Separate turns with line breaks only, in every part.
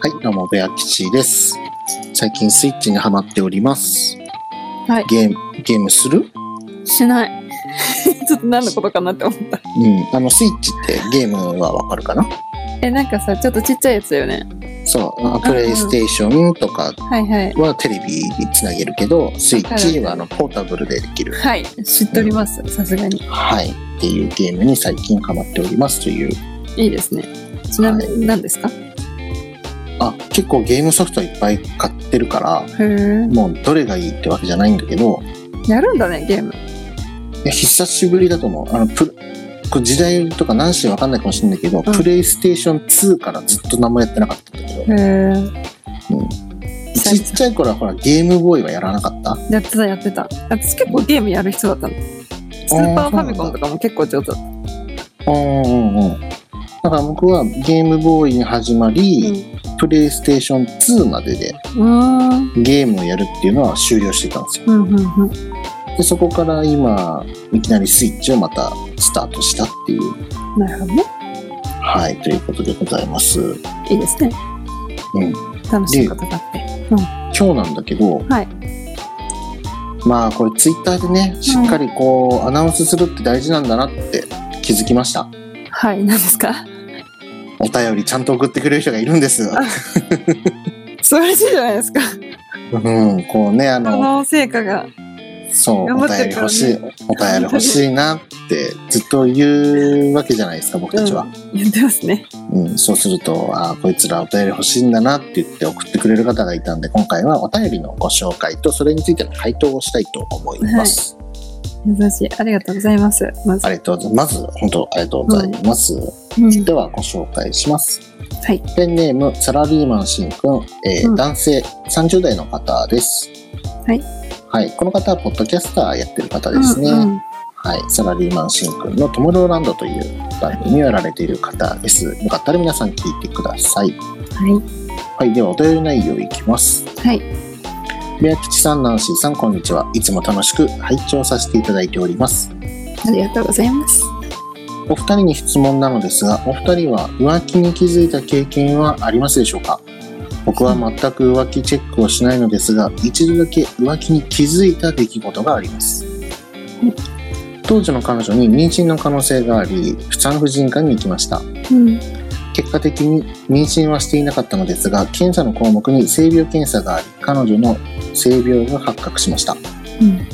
はい、どうも、ベア吉です。最近スイッチにハマっております。
はい
ゲーム、ゲームする
しない。 ちょっと何のことかなって思った。
うん。あの、スイッチってゲームはわかるかな
え、なんかさ、ちょっとちっちゃいやつだよね。
そうあの。プレイステーションとか
はいはい。
はテレビにつなげるけど、スイッチはあの、ポータブルでできる。
はい、知っております。さすがに。
はい。っていうゲームに最近ハマっておりますという。
いいですね。ちなみに何ですか、
あ、結構ゲームソフトいっぱい買ってるから、
へえ。
もうどれがいいってわけじゃないんだけど、
やるんだね、ゲーム。
いや久しぶりだと思うあのプこれ時代とか何しわかんないかもしれないけど、
うん
プレイステーション2からずっと何もやってなかったんだけど、
へえ。
ちっちゃい頃はほらゲームボーイはやらなかった
やってた、やってた。私結構ゲームやる人だったの。スーパーファミコンとかも結構上手だっ
うんうんうんだから僕はゲームボーイに始まり、プレイステーション2までで
た。うん。うん、
ゲームをやるっていうのは終了してたんですよ
うん、うん。
でそこから今いきなりスイッチをまたスタートしたっていう
なるほどね。
はいということでございます
いいですね。
うん
楽しいことがあって。
今日なんだけど、
はい
まあこれツイッターでねしっかりこう、アナウンスするって大事なんだなって気づきました
はい、何です か
お便りちゃんと送ってくれる人がいるんです
あ素晴らしいじゃないです か。
うんこうねあ
こ
の
の成果が。
そう
頑
お
張って
便
る
り
から
欲
ね
しいお便り欲しいなってずっと言うわけじゃないですか僕たちは、
言ってますね。
うんそうするとあーこいつらお便り欲しいんだなって言って送ってくれる方がいたんで今回はお便りのご紹介とそれについての回答をしたいと思います、
優しい。ありがとうございます。まず
あ。りがとうございます。まず、本当ありがとうございます。
うん
では、ご紹介します。
はい。
ペンネーム、サラリーマンしんくん、えー
うん
男性、30代の方です。
はい。
はい。この方は、ポッドキャスターやってる方ですね。
うんうん
はい。サラリーマンしんくんのトムローランドという番組をやられている方です。よかったら皆さん聞いてください。はい。では、お便り内容いきます。
はい。
宮吉さん、ナンシーさん、こんにちは。いつも楽しく拝聴させていただいております。
ありがとうございます。
お二人に質問なのですが、お二人は浮気に気づいた経験はありますでしょうか僕は全く浮気チェックをしないのですが、一度だけ浮気に気づいた出来事があります
うん。
当時の彼女に妊娠の可能性があり、産婦人科に行きました。
うん。
結果的に妊娠はしていなかったのですが、検査の項目に性病検査があり、彼女の性病が発覚しました。
うん。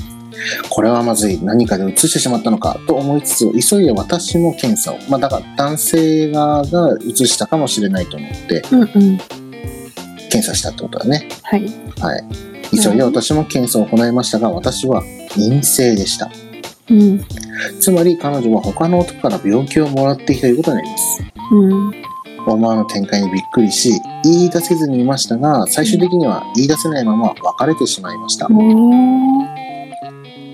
これはまずい何かで移してしまったのかと思いつつ急いで私も検査を、まあ、だから男性側が移したかもしれないと思って
うん。うん。
検査したってことだね
はい。
はい急いで私も検査を行いましたが私は陰性でした
うん。
つまり彼女は他の男から病気をもらってきたということになります
うん。
思わぬ展開にびっくりし言い出せずにいましたが最終的には言い出せないまま別れてしまいました
おー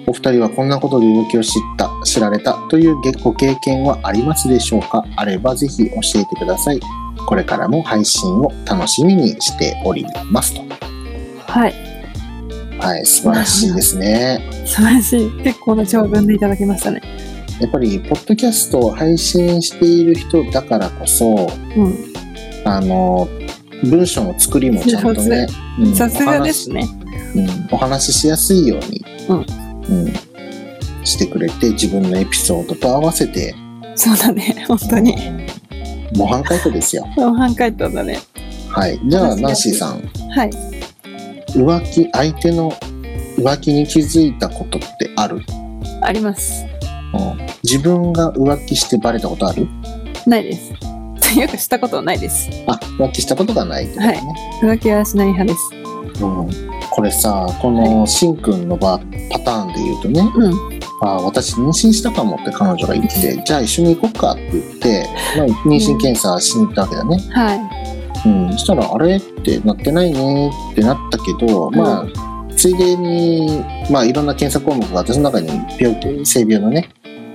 お二人はこんなことで動きを知った、知られたというご経験はありますでしょうかあればぜひ教えてください。これからも配信を楽しみにしておりますと。
はい。
はい、素晴らしいです ね。
素晴らしい。結構な長文でいただきましたね。
やっぱり、ポッドキャストを配信している人だからこそ、
うん。
あの、文章の作りもちゃんとね、うん
さすがですね。
うんお話ししやすいように、
うん
うんしてくれて、自分のエピソードと合わせて、
そうだね。本当に。
うん。模範解答ですよ。
模範解答だね。
はい。じゃあ、
確かに
ナンシーさん、
はい。
浮気、相手の浮気に気づいたことってある、うん、
あります。
自分が浮気してバレたことある
ないです。というか、したことはないです。
あ、浮気したことがないってことね。
浮気はしない派です。
うん、これさ、このしんくんの場パターンで言うとね、
うん。
あ私妊娠したかもって彼女が言って、じゃあ一緒に行こうかって言って、まあ、妊娠検査しに行ったわけだね。
はい。
うん、そしたら、あれってなってないねってなったけど、まあ、ついでに、まあ、いろんな検査項目が私の中に病気、性病のね、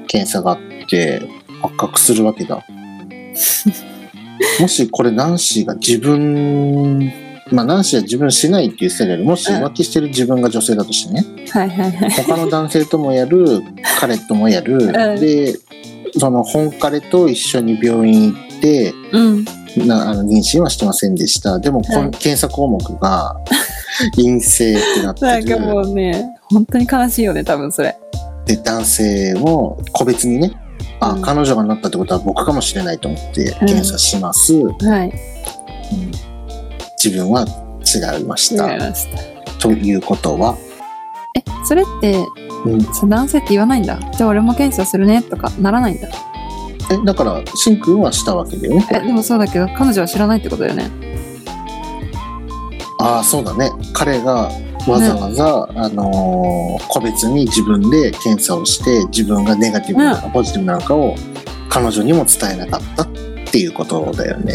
検査があって、発覚するわけだ。もしこれ、ナンシーが自分、まあ、ナンシーは自分しないって言ってたけど、もし浮気してる自分が女性だとしてね、
はいはいはい。
他の男性ともやる、彼ともやる、
ん
で、その本彼と一緒に病院行って、
うん。
なあの妊娠はしてませんでした。でも、こん
はい
検査項目が 陰性ってな
な
っ
ん
て
か
る。
もうね、本当に悲しいよね、多分それ。
で、男性も個別にね、あ、
うん
彼女がなったってことは僕かもしれないと思って検査します。
はい。
自分は違いまし
わか
た。
りました。
ということは、
え、それって、
うん
そう男性って言わないんだ。じゃあ俺も検査するねとかならないんだ。
え、だから、しんくんはしたわけだよね。
え、でもそうだけど、彼女は知らないってことだよね。
ああ、そうだね。彼がわざわざ、あのー個別に自分で検査をして、自分がネガティブなのか、ポジティブなのかを彼女にも伝えなかったっていうことだよね。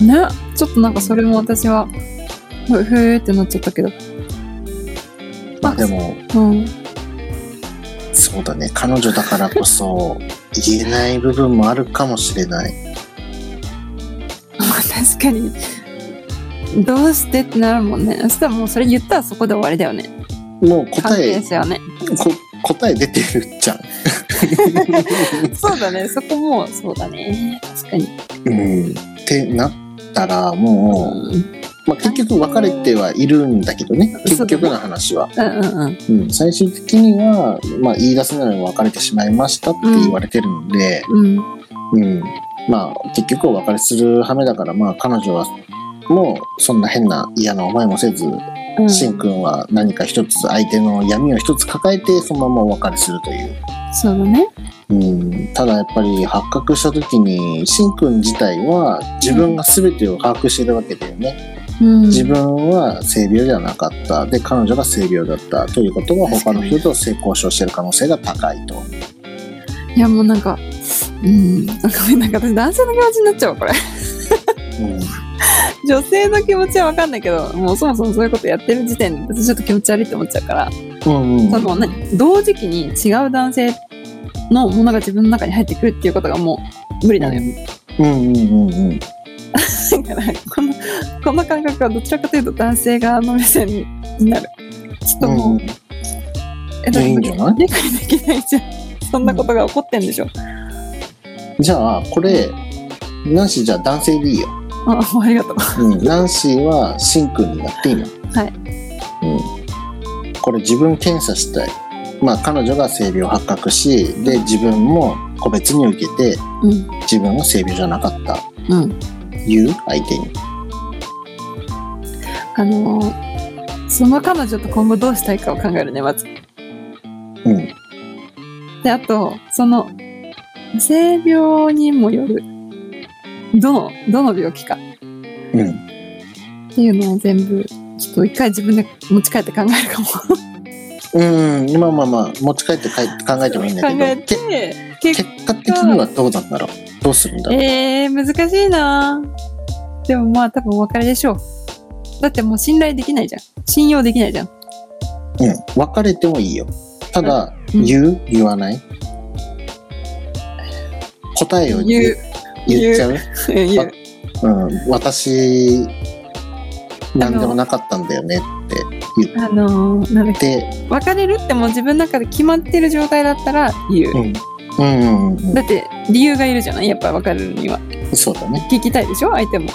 ね、ちょっとなんかそれも私は、ふふーってなっちゃったけど。
まあでも、
うん。
そうだね。彼女だからこそ、言えない部分もあるかもしれない。
確かに。どうしてってなるもんね。そしたらもうそれ言ったらそこで終わりだよね。
もう答
関係
え、
者はね。
こ答え出てるじゃん。
そうだね。そこもそうだね。確かに。
うん。ってなったら、もう、
うんうん
まあ、結局別れてはいるんだけどね
そ
結
う
局の話は、
うんうん。
うん、最終的には、まあ、言い出せないのは別れてしまいましたって言われてるので、
うん。
うんまあ、結局お別れする羽目だから、まあ、彼女はもうそんな変な嫌な思いもせず、
うん、
し
そ
んくんは何か一つ相手の闇を一つ抱えてそのままお別れするという、
うだね。
うん、ただやっぱり発覚した時にしんくん自体は自分が全てを把握してるわけだよね。
うん。
自分は性病ではなかったで彼女が性病だったということは
確
他
かに
の人と性交渉してる可能性が高いと
いやもうなんか、うん。なんかごめんなんか私男性の気持ちになっちゃうわこれ。 女性の気持ちはわかんないけど、もうそもそもそういうことやってる時点で私ちょっと気持ち悪いって思っちゃうから。
うんうん
その何同時期に違う男性のものが自分の中に入ってくるっていうことがもう無理なのよ。
うんうんうんうん
だからこのこの感覚はどちらかというと男性側の目線になる。ちょっとも
う
う、
ん
えだって
いいんじゃない
理解できないじゃん。そんなことが起こってんでしょ。
じゃあこれナンシーじゃあ男性でいいよ、
あもうありがとう。
うん、ナンシーはシンくんになっていいの
はい
うん、これ自分検査したいまあ彼女が性病発覚しで自分も個別に受けて
うん。
自分は性病じゃなかった
うん。
言う相手に
あのーその彼女と今後どうしたいかを考えるね、まず。
うん
で、あと、その、性病にもよる。どの、どの病気か。
うん
っていうのを全部ちょっと一回自分で持ち帰って考えるかも
うん、まあまあまあ、持ち帰って帰って考えてもいいんだ
考え
けど、
て
け
結
結果的にはどうなんだろうどうするんだろう、
えー、難しいなでもまあ多分お別れでしょうだってもう信頼できないじゃん信用できないじゃん
うん、別れてもいいよ。ただ、
うん
言う言わない答えを言
言
う
う
言っちゃう
言う
うん、私、なんでもなかったんだよねって言っ
あのー、なんだっけ
て、
別れるってもう自分の中で決まってる状態だったら言
う
う、
ん、うんうんうん
だって理由がいるじゃないやっぱ別れるには
うん、そうだね。
聞きたいでしょ相手も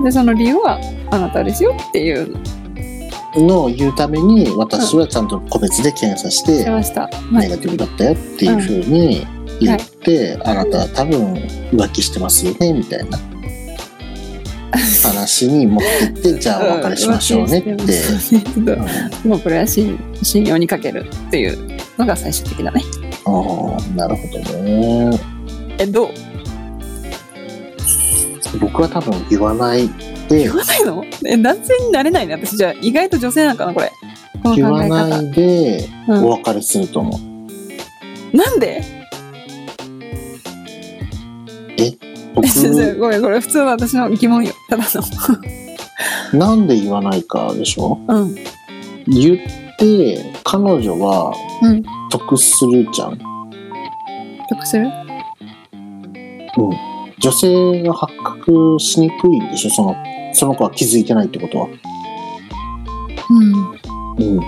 う。
でその理由はあなたですよっていうん
のを言うために、私はちゃんと個別で検査して
し、ましたは
ネ
い
ガティブだったよっていうふうに言って、あなたは多分浮気してますよねみたいな話に持って ってじゃあお別れしましょうねって、
ん別れしましょうねって
うん
もうこれは信信用にかけるっていうのが最終的だね。
ああなるほどね
え、どう
僕は多分言わないで
言わないのえ、男性になれないね。私じゃあ意外と女性なんかな、これ。こ
言
の考
わ
え
な
方。
いで
うん
お別れすると 思う、
なんでえ先生
僕
ごめん、これ普通の私の疑問よ。ただ
なんで言わないかでしょ
の。うん。
言って彼女は
うん
得するじゃん、
得する
女性が発覚しにくいんでしょそのその子は気づいてないってことは。
うん。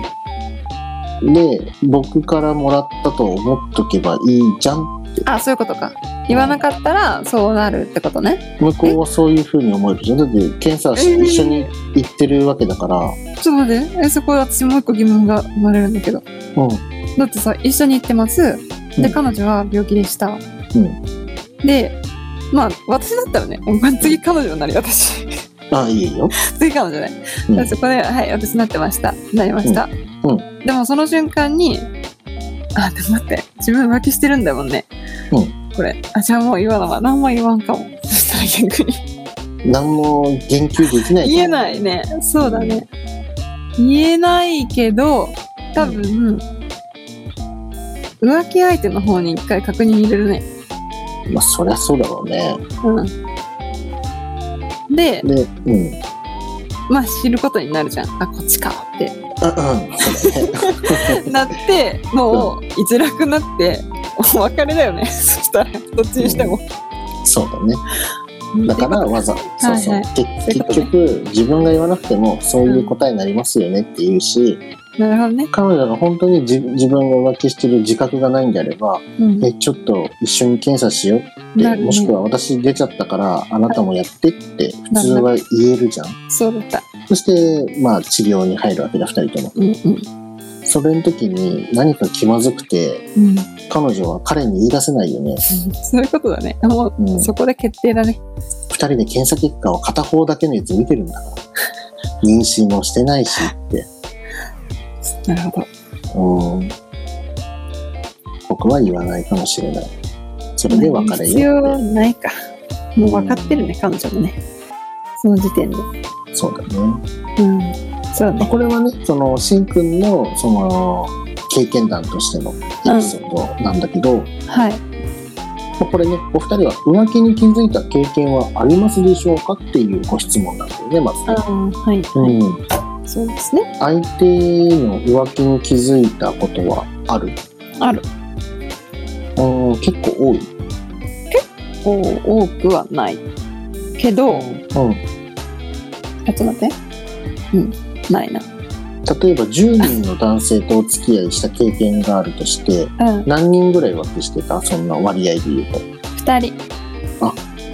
うん、で僕からもらったと思っとけばいいじゃん
あ、そういうことか。言わなかったらそうなるってことね
向こうはそういうふうに思えるじゃんだって検査し
えー
一緒に行ってるわけだから、
ちょっと待ってえそこ私もう一個疑問が生まれるんだけど
うん、
だってさ一緒に行ってます
う
で
ん
彼女は病気でした、
ん
でまあ私だったらねお前次彼女になるよ私
あいいよ、
次彼女ね、
うん
でそこで「はい私なってましたなりました」
うんう
でもその瞬間に「あでも待って自分浮気してるんだもんね、
う
これあじゃあもう言わなは何も言わんかも」 そしたら逆に
何も言及できない
言えないねそうだね言えないけど多分浮気相手の方に一回確認入れるね
まあそりゃそうだろうね
うん
で
で
うん
まあ知ることになるじゃんあこっちかっ
あうんそうだね
て なってもう居づらくなってお別れだよね そしたらどっちにしても
そうだねだからわざそうそう、
はい
け
そういうこと
結局自分が言わなくてもそういう答えになりますよねって言うし、
なるほどね、
彼女が本当に自自分が浮気してる自覚がないんであれば、
うん、
えちょっと一緒に検査しようって、
なるね
もしくは私出ちゃったからあなたもやってって普通は言えるじゃん、
そうだった
そしてまあ治療に入るわけだ2人とも
うんうん
それの時に何か気まずくて
うん、
彼女は彼に言い出せないよね、
そういうことだねもう、
うん、2
そこで決定だね
人で検査結果を片方だけのやつ見てるんだか ら妊娠もしてないしって
なるほど
うん僕は言わないかもしれないそれで別れ
必
よう
要ないかもう分かってるね彼女もねその時点で
ってそうだね
うんそう
まあ
ね
これはねそのしんくんのその経験談としてのエピソードなんだけど、ま
はい
あこれねお二人は浮気に気づいた経験はありますでしょうかっていうご質問なんだよねまず、
あーはい、はい
うん、
そうですね
相手の浮気に気づいたことはある
ある
うん結構多い、
こう多くはないけど
うん、
ちょっと待ってうんないな
例えば10人の男性とお付き合いした経験があるとして
うん
何人ぐらい浮気してたそんな割合で言うと
2人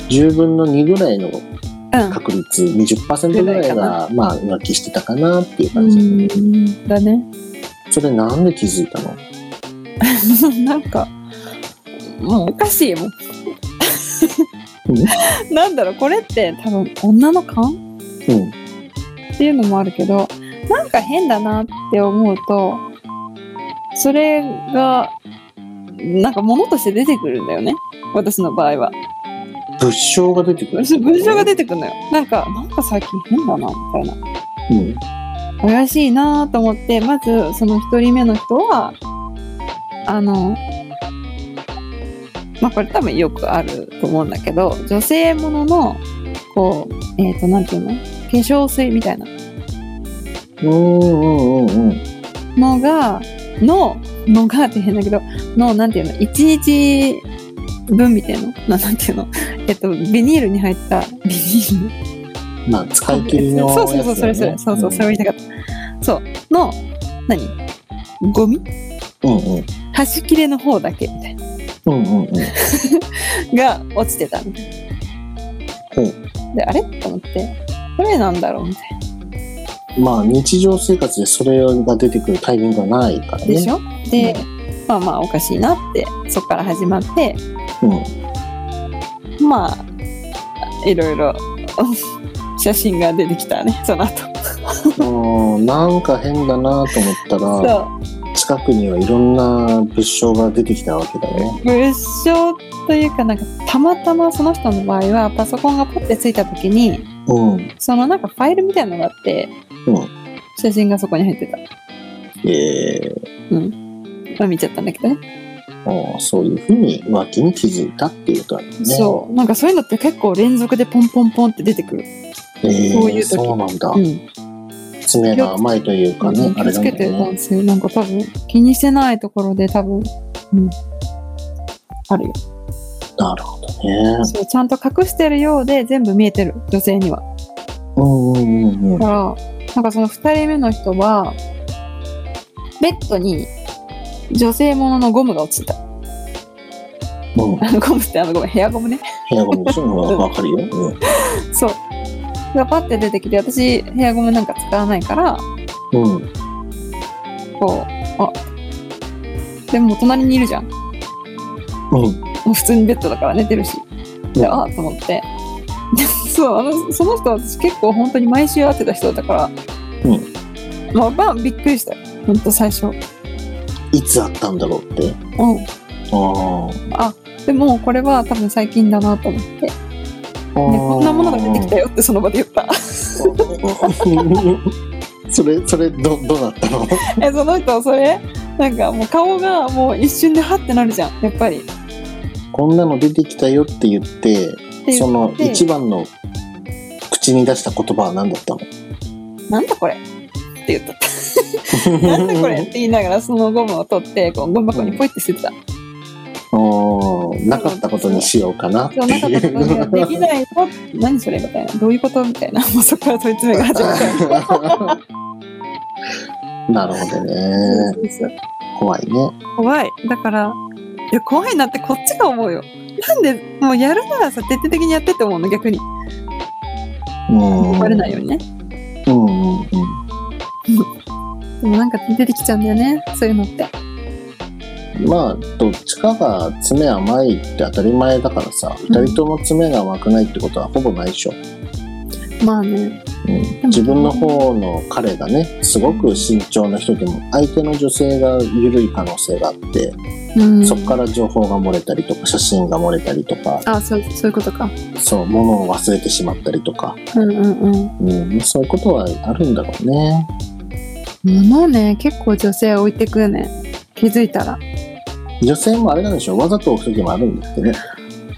10分の2ぐらいの
うん
確率20%ぐらい
ぐらいかな
がまあ浮気してたかなっていう
う
感じ、
んだね
それなんで気づいたの
なんかもうおかしいもん なんだろうこれって多分女の勘
うん
っていうのもあるけどなんか変だなって思うとそれがなんか物として出てくるんだよね私の場合は
物証が出てくる
そう文章が出てくるのよなんかなんか最近変だなみたいな
うん
怪しいなと思ってまずその1人目の人はあのまあこれ多分よくあると思うんだけど女性もののこうえっ、となんていうの化粧水みたいな
うんうんうんうん
のがののがって変だけどのなんていうの1日分みたいなななんていうの えっとビニールに入ったビニール
まあ使い切りの
そうそうそうそれ
やつ
そ
だよね
れそうそうそれを言いたかったそうの何ゴミ
うんうん
端切れの方だけみたいな
うんうんうん
が落ちてたみたい
ほ
なであれと思ってこれなんだろうみたい
まあ日常生活でそれが出てくるタイミングがないから
な
ね
でしょ、でまあまあおかしいなってそっから始まって
うん
まあいろいろ 写真が出てきたねその後
うんなんか変だなと思ったら
そ
近くにはいろんな物証が出てきたわけだね。
う物証というかなんかたまたまその人の場合はパソコンがポッてついた時に
うん。
そのなんかファイルみたいなのがあって、
うん
写真がそこに入ってた
えー、
まあ見ちゃったんだけどね
あーそういうふうに浮気に気づいたっていうことだよね。
そうなんかそういうのって結構連続でポンポンポンって出てくる、
えー
そういう時
そうなんだ。
うん、
爪が甘いというかね、あ
気を
れ
つ
なん
け
だ
て
よ
る
ね。
男性なんか多分気にしてないところで多分、うん、あるよ
なるほどね。
そうちゃんと隠してるようで全部見えてる女性には
うんうんうんう
だ
ん。
からなんかその2人目の人はベッドに女性もののゴムが落ちてた
うん。
あのゴムってあのごめんヘアゴムね
部屋ゴミでしょうんわかるよ。うん。
そうがパッて出てきて私ヘアゴムなんか使わないから
うん。
こうあでも隣にいるじゃんも
うん。
う普通にベッドだから寝てるしであと思って でそうあのその人は私結構本当に毎週会ってた人だから
うん
まあまあびっくりしたよほんと最初
いつあったんだろうって。
う
あー
んでもこれは多分最近だなと思ってで
あー。
こんなものが出てきたよってその場で言った
それ、それ、ど、どうだったの
えその人はそれなんかもう顔がもう一瞬でハッてなるじゃんやっぱりっ
こんなの出てきたよって言って、
て
その
言って
一番の口に出した言葉は何だったの
なんだこれって言ったなんだこれって言いながらそのゴムを取ってこうゴミ箱にポイって捨ててた。
おーなかったことにしようかなって
そうなかっ
い
た
う。
ことにはで きないの何それみたいなどういうことみたいなもうそこから問い詰めが始まった。
なるほどね。怖いね。
怖いだからいや怖いなってこっちが思うよ。なんでもうやるならさ徹底的にやってって思うの逆に
うん。
バレないようにね。
うんうんうん。
でもなんか出てきちゃうんだよねそういうのって。
まあ、どっちかが爪甘いって当たり前だからさ、二、人とも爪が甘くないってことはほぼないでしょ。
まあね
うん、自分の方の彼がね、すごく慎重な人でも、相手の女性が緩い可能性があって、
うん。
そこから情報が漏れたりとか、写真が漏れたりとか、
あそうそういうことか。
そう、物を忘れてしまったりとか、
うんうんうん。
うん、そういうことはあるんだろうね。
物をね結構女性置いてくよね気づいたら。
女性もあれなんでしょう、わざと置く時もあるんだってね。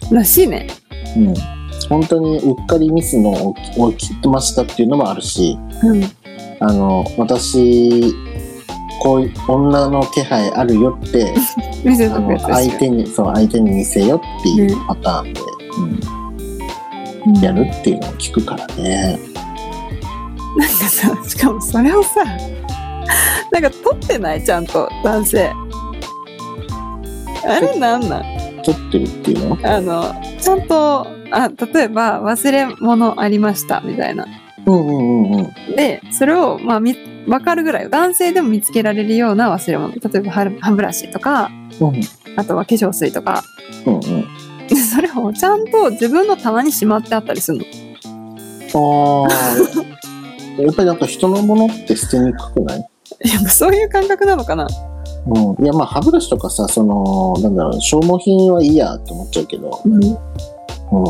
らしいね。
うん。本当にうっかりミスのを起きましたっていうのもあるし、
うん。
あの、私、こういう女の気配あるよって、
見せ
あ
とく
の
やつです
相
よ
手に、そう、相手に見せよっていうパターンで、うんやるっていうのを聞くからね。
なんかさしかもそれをさなんか撮ってないちゃんと男性あれなんなん
撮ってるっていうの
あのちゃんとあ例えば忘れ物ありましたみたいな
うんうんうんうん。
でそれをまあみ分かるぐらいよ男性でも見つけられるような忘れ物例えば歯歯ブラシとか
うん
あとは化粧水とか
うんうん。
でそれをちゃんと自分の棚にしまってあったりするの
あ あ。やっぱりなんか人のものって捨てにくくない
いやそういう感覚なのかな
うん。いやまあ歯ブラシとかさ、その、なんだろう、消耗品はいいやって思っちゃうけど、
うん
う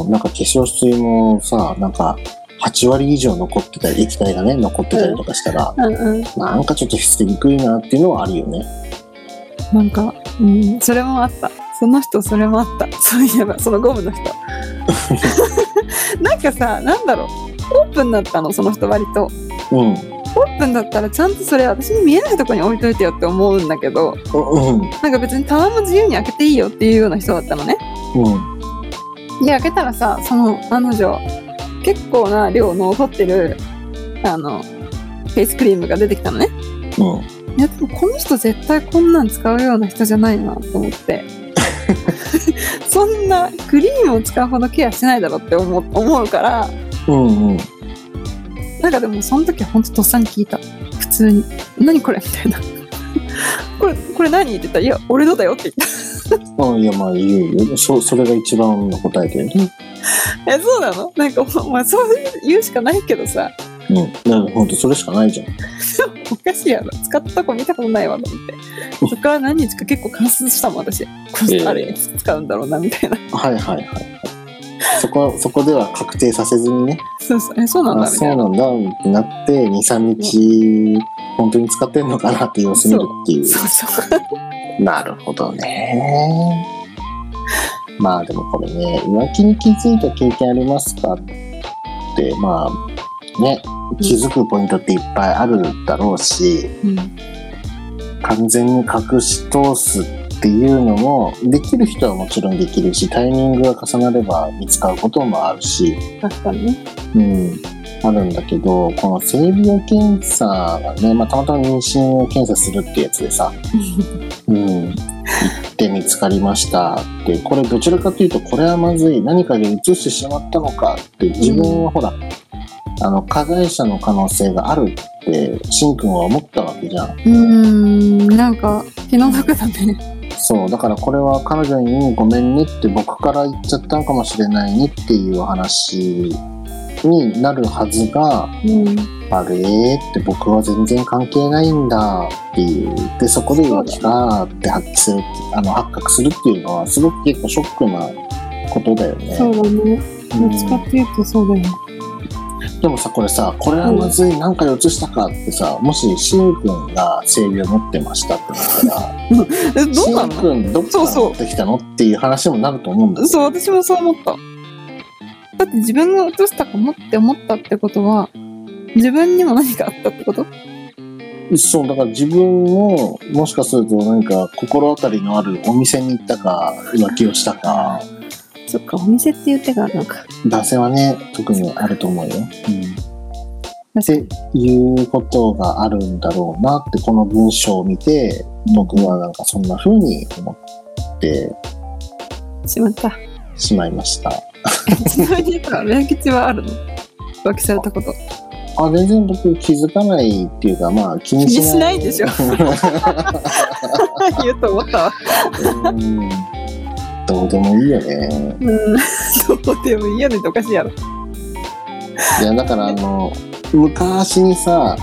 ん、なんか化粧水もさ、なんか8割以上残ってたり、液体がね、残ってたりとかしたら、
うんうん
なんかちょっと捨てにくいなっていうのはあるよね。
なんか、うん、それもあった。その人、それもあった。そういえば、そのゴムの人。なんかさ、なんだろう。オープンだったの、その人割と。
うん。
オープンだったら、ちゃんとそれ私に見えないとこに置いといてよって思うんだけど、
うん。
なんか別に棚も自由に開けていいよっていうような人だったのね。
うん。
で、開けたらさ、その彼女、結構な量の凝ってる、あの、フェイスクリームが出てきたのね。
うん。
いやでもこの人絶対こんなん使うような人じゃないなと思って そんなクリームを使うほどケアしてないだろって思う思うから
うん。うん。
なんかでもその時ほんととっさに聞いた普通に「何これ?」みたいな「これこれ何?」って言ったら「いや俺のだよ」って言っ
あいやまあ言うよ。そ、それが一番の答えだよね。
た「えそうなのなんかお前そう言うしかないけどさ
うん。だからほんとそれしかないじゃん。
おかしいやろ使ったとこ見たことないわ」と思って そっから何日か結構観察したもん私この人あれいつ使うんだろうなみたいな
はいはいはいはい。そこ、そこでは確定させずにね、
そうそうえそうなん
あ
だみ
そ
た
う
いな
なんだってなって、2、3日、本当に使ってんのかなって様子見るっていう。
そうそう
なるほどね。まあでもこれね、浮気に気づいた経験ありますかって、まあね、気づくポイントっていっぱいあるだろうし、
うん
完全に隠し通すっていうのも、できる人はもちろんできるし、タイミングが重なれば見つかることもあるし、
確かにね
うん、あるんだけど、この性病検査がね、まあたまたま妊娠を検査するってやつでさ、うん、って見つかりましたってこれどちらかというとこれはまずい何かで移してしまったのかって自分はほら、あの加害者の可能性があるってしんくんは思ったわけじゃん
うーんなんか気の毒だね
そうだからこれは彼女に「ごめんね」って僕から言っちゃったのかもしれないねっていう話になるはずが
うん
あれって僕は全然関係ないんだっていうでそこで浮気がって発揮するあの発覚するっていうのはすごく結構ショックなことだよね。
そうだね
う
ど
ん
っちかっていうとそうだよね
でもさこれさこれはまずい何かで移したかってさもししんくんが性病持ってましたってなったらし
え どうんな
くんどっから
そうそう
持ってきたのっていう話もなると思うんだ
のそう私もそう思っただって自分が落としたかもって思ったってことは自分にも何かあったってこと
そう、だから自分も、もしかすると何か心当たりのあるお店に行ったか、浮気をしたか、
そっかお店っていう手があるのか
男性はね、特にあると思うよ。
確かに
うん、いうことがあるんだろうなって、この文章を見て、僕はなんかそんな風に思って
しまった
しまいました。
ちなみにさ、宮吉はあるの浮気されたこと。
あ、全然僕気づかないっていうか、まあ気にしない。
気にしない言うと思ったわ。
うんどうでもいいよね。
うん。そうでもいいよねっておかしいやろ。
いやだからあの昔にさ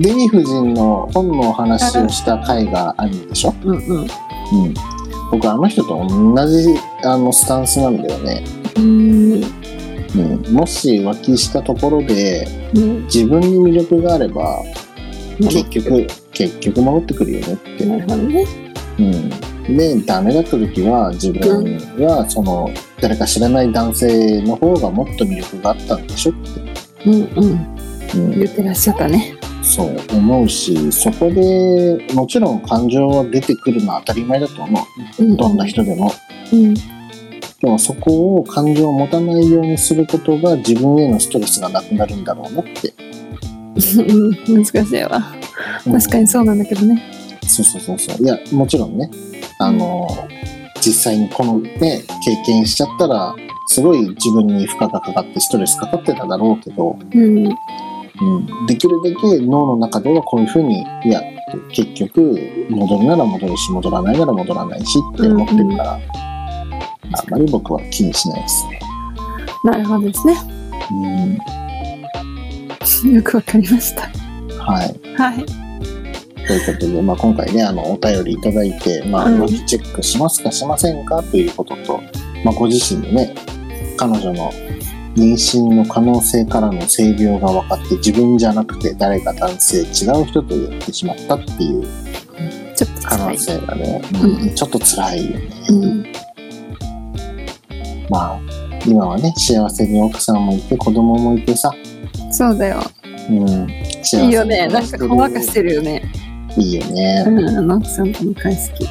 デヴィ夫人の本のお話をした回があるでしょ、
うんうん。う
うん、僕あの人と同じあのスタンスなんだよね、
ーん。
うん、もし浮気したところで
うん。
自分に魅力があれば
戻っ
結局結局戻ってくるよねって、
なるほどね。
うん、でダメだった時は自分はその誰か知らない男性の方がもっと魅力があったんでしょっ
うんうん。
て、うん、
言ってらっしゃったね。
そう思うしそこでもちろん感情は出てくるのは当たり前だと思
う
うどんな。人でも
うん。
でもそこを感情を持たないようにすることが自分へのストレスがなくなるんだろうなって
うん難しいわ。確かにそうなんだけどね。
にそうそうそうそういやもちろんねあの実際にこのね経験しちゃったらすごい自分に負荷がかかってストレスかかってただろうけど、
うん。
うん、できるだけ脳の中ではこういうふうにいや結局戻るなら戻るし戻らないなら戻らないしって思ってるから、あんまり僕は気にしないですね。
なるほどですね。
うん
よくわかりました。
はい、
はい。
ということで、まあ、今回ねあのお便りいただいて、まあ、
うん
浮気チェックしますかしませんかということと、まあ、ご自身でね彼女の妊娠の可能性からの性病が分かって自分じゃなくて誰か男性違う人と言ってしまったっていう
ちょっと
可
辛
能
い。
性がね、
う
うんちょっと辛いよね、
うん。
まあ今はね幸せに奥さんもいて子供もいてさ、
そうだよ。
うん、幸せ
い
に
いよね。なんかごまかしてるよね。
いいよね、
うん。あの奥さんとの会好き。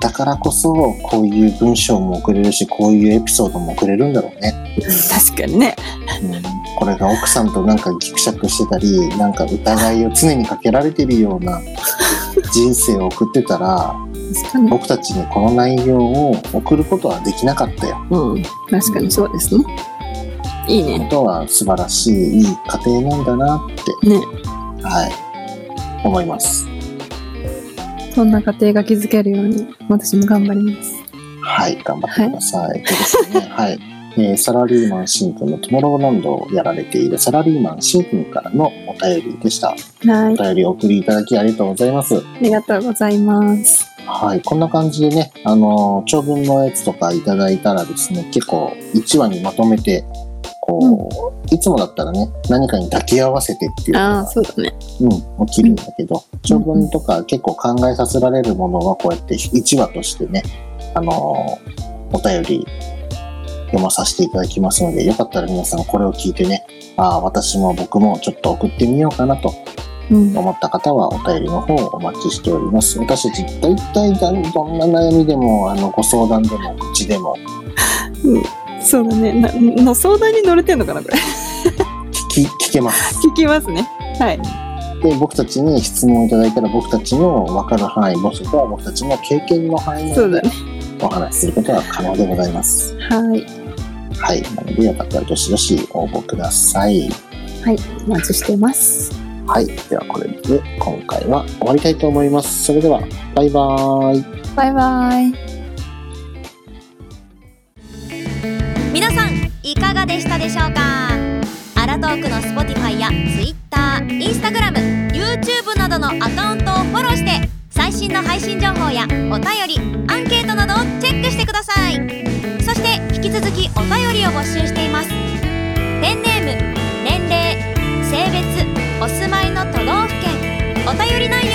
だからこそこういう文章も送れるしこういうエピソードも送れるんだろうね、
確かにね。
うん、これが奥さんとなんかギクシャクしてたりなんか疑いを常にかけられてるような人生を送ってたら
確かに。
僕たちにこの内容を送ることはできなかったよ
うん。確かにそうですね。いい
こ
ね。
とは素晴らしいいい家庭なんだなって
ね。
はい思います
そんな家庭が築けるように、私も頑張ります。
はい頑張ってください、ということでねはいえーサラリーマンシンくんのトゥモローランドをやられているサラリーマンシンくんからのお便りでした
はい
お。便りをお送りいただきありがとうございます。
ありがとうございます。
はい、こんな感じでね、あのー、長文のやつとかいただいたらですね、結構1話にまとめて、こう、いつもだったらね、何かに抱き合わせてっていうの
ああ、
が、
そうだね。
うん、起きるんだけど、長文とか結構考えさせられるものはこうやって1話としてね、あのー、お便り読まさせていただきますので、よかったら皆さんこれを聞いてね、ああ、私も僕もちょっと送ってみようかなと
うん。
思った方はお便りの方をお待ちしております。私たち大体だどんな悩みでもあのご相談でも愚痴でも
そうだね。な の相談に乗れてんのかな、これ。
聞き聞けます。
聞きますね。はい。
で僕たちに質問をいただいたら僕たちの分かる範囲もしくは僕たちの経験の範囲
そう
内で
だね。
お話しすることは可能でございます。
はい。
はい、なのでよかったらどしどし応募ください。
はい。お待ちしてます。
はい、ではこれで今回は終わりたいと思います。それではバイバーイ。
バイバイ。
皆さんいかがでしたでしょうかアラトークの Spotify や TwitterInstagramYouTube などのアカウントをフォローして最新の配信情報やお便りアンケートなどをチェックしてくださいそして引き続きお便りを募集していますペンネーム年齢性別お住まいの都道府県お便り内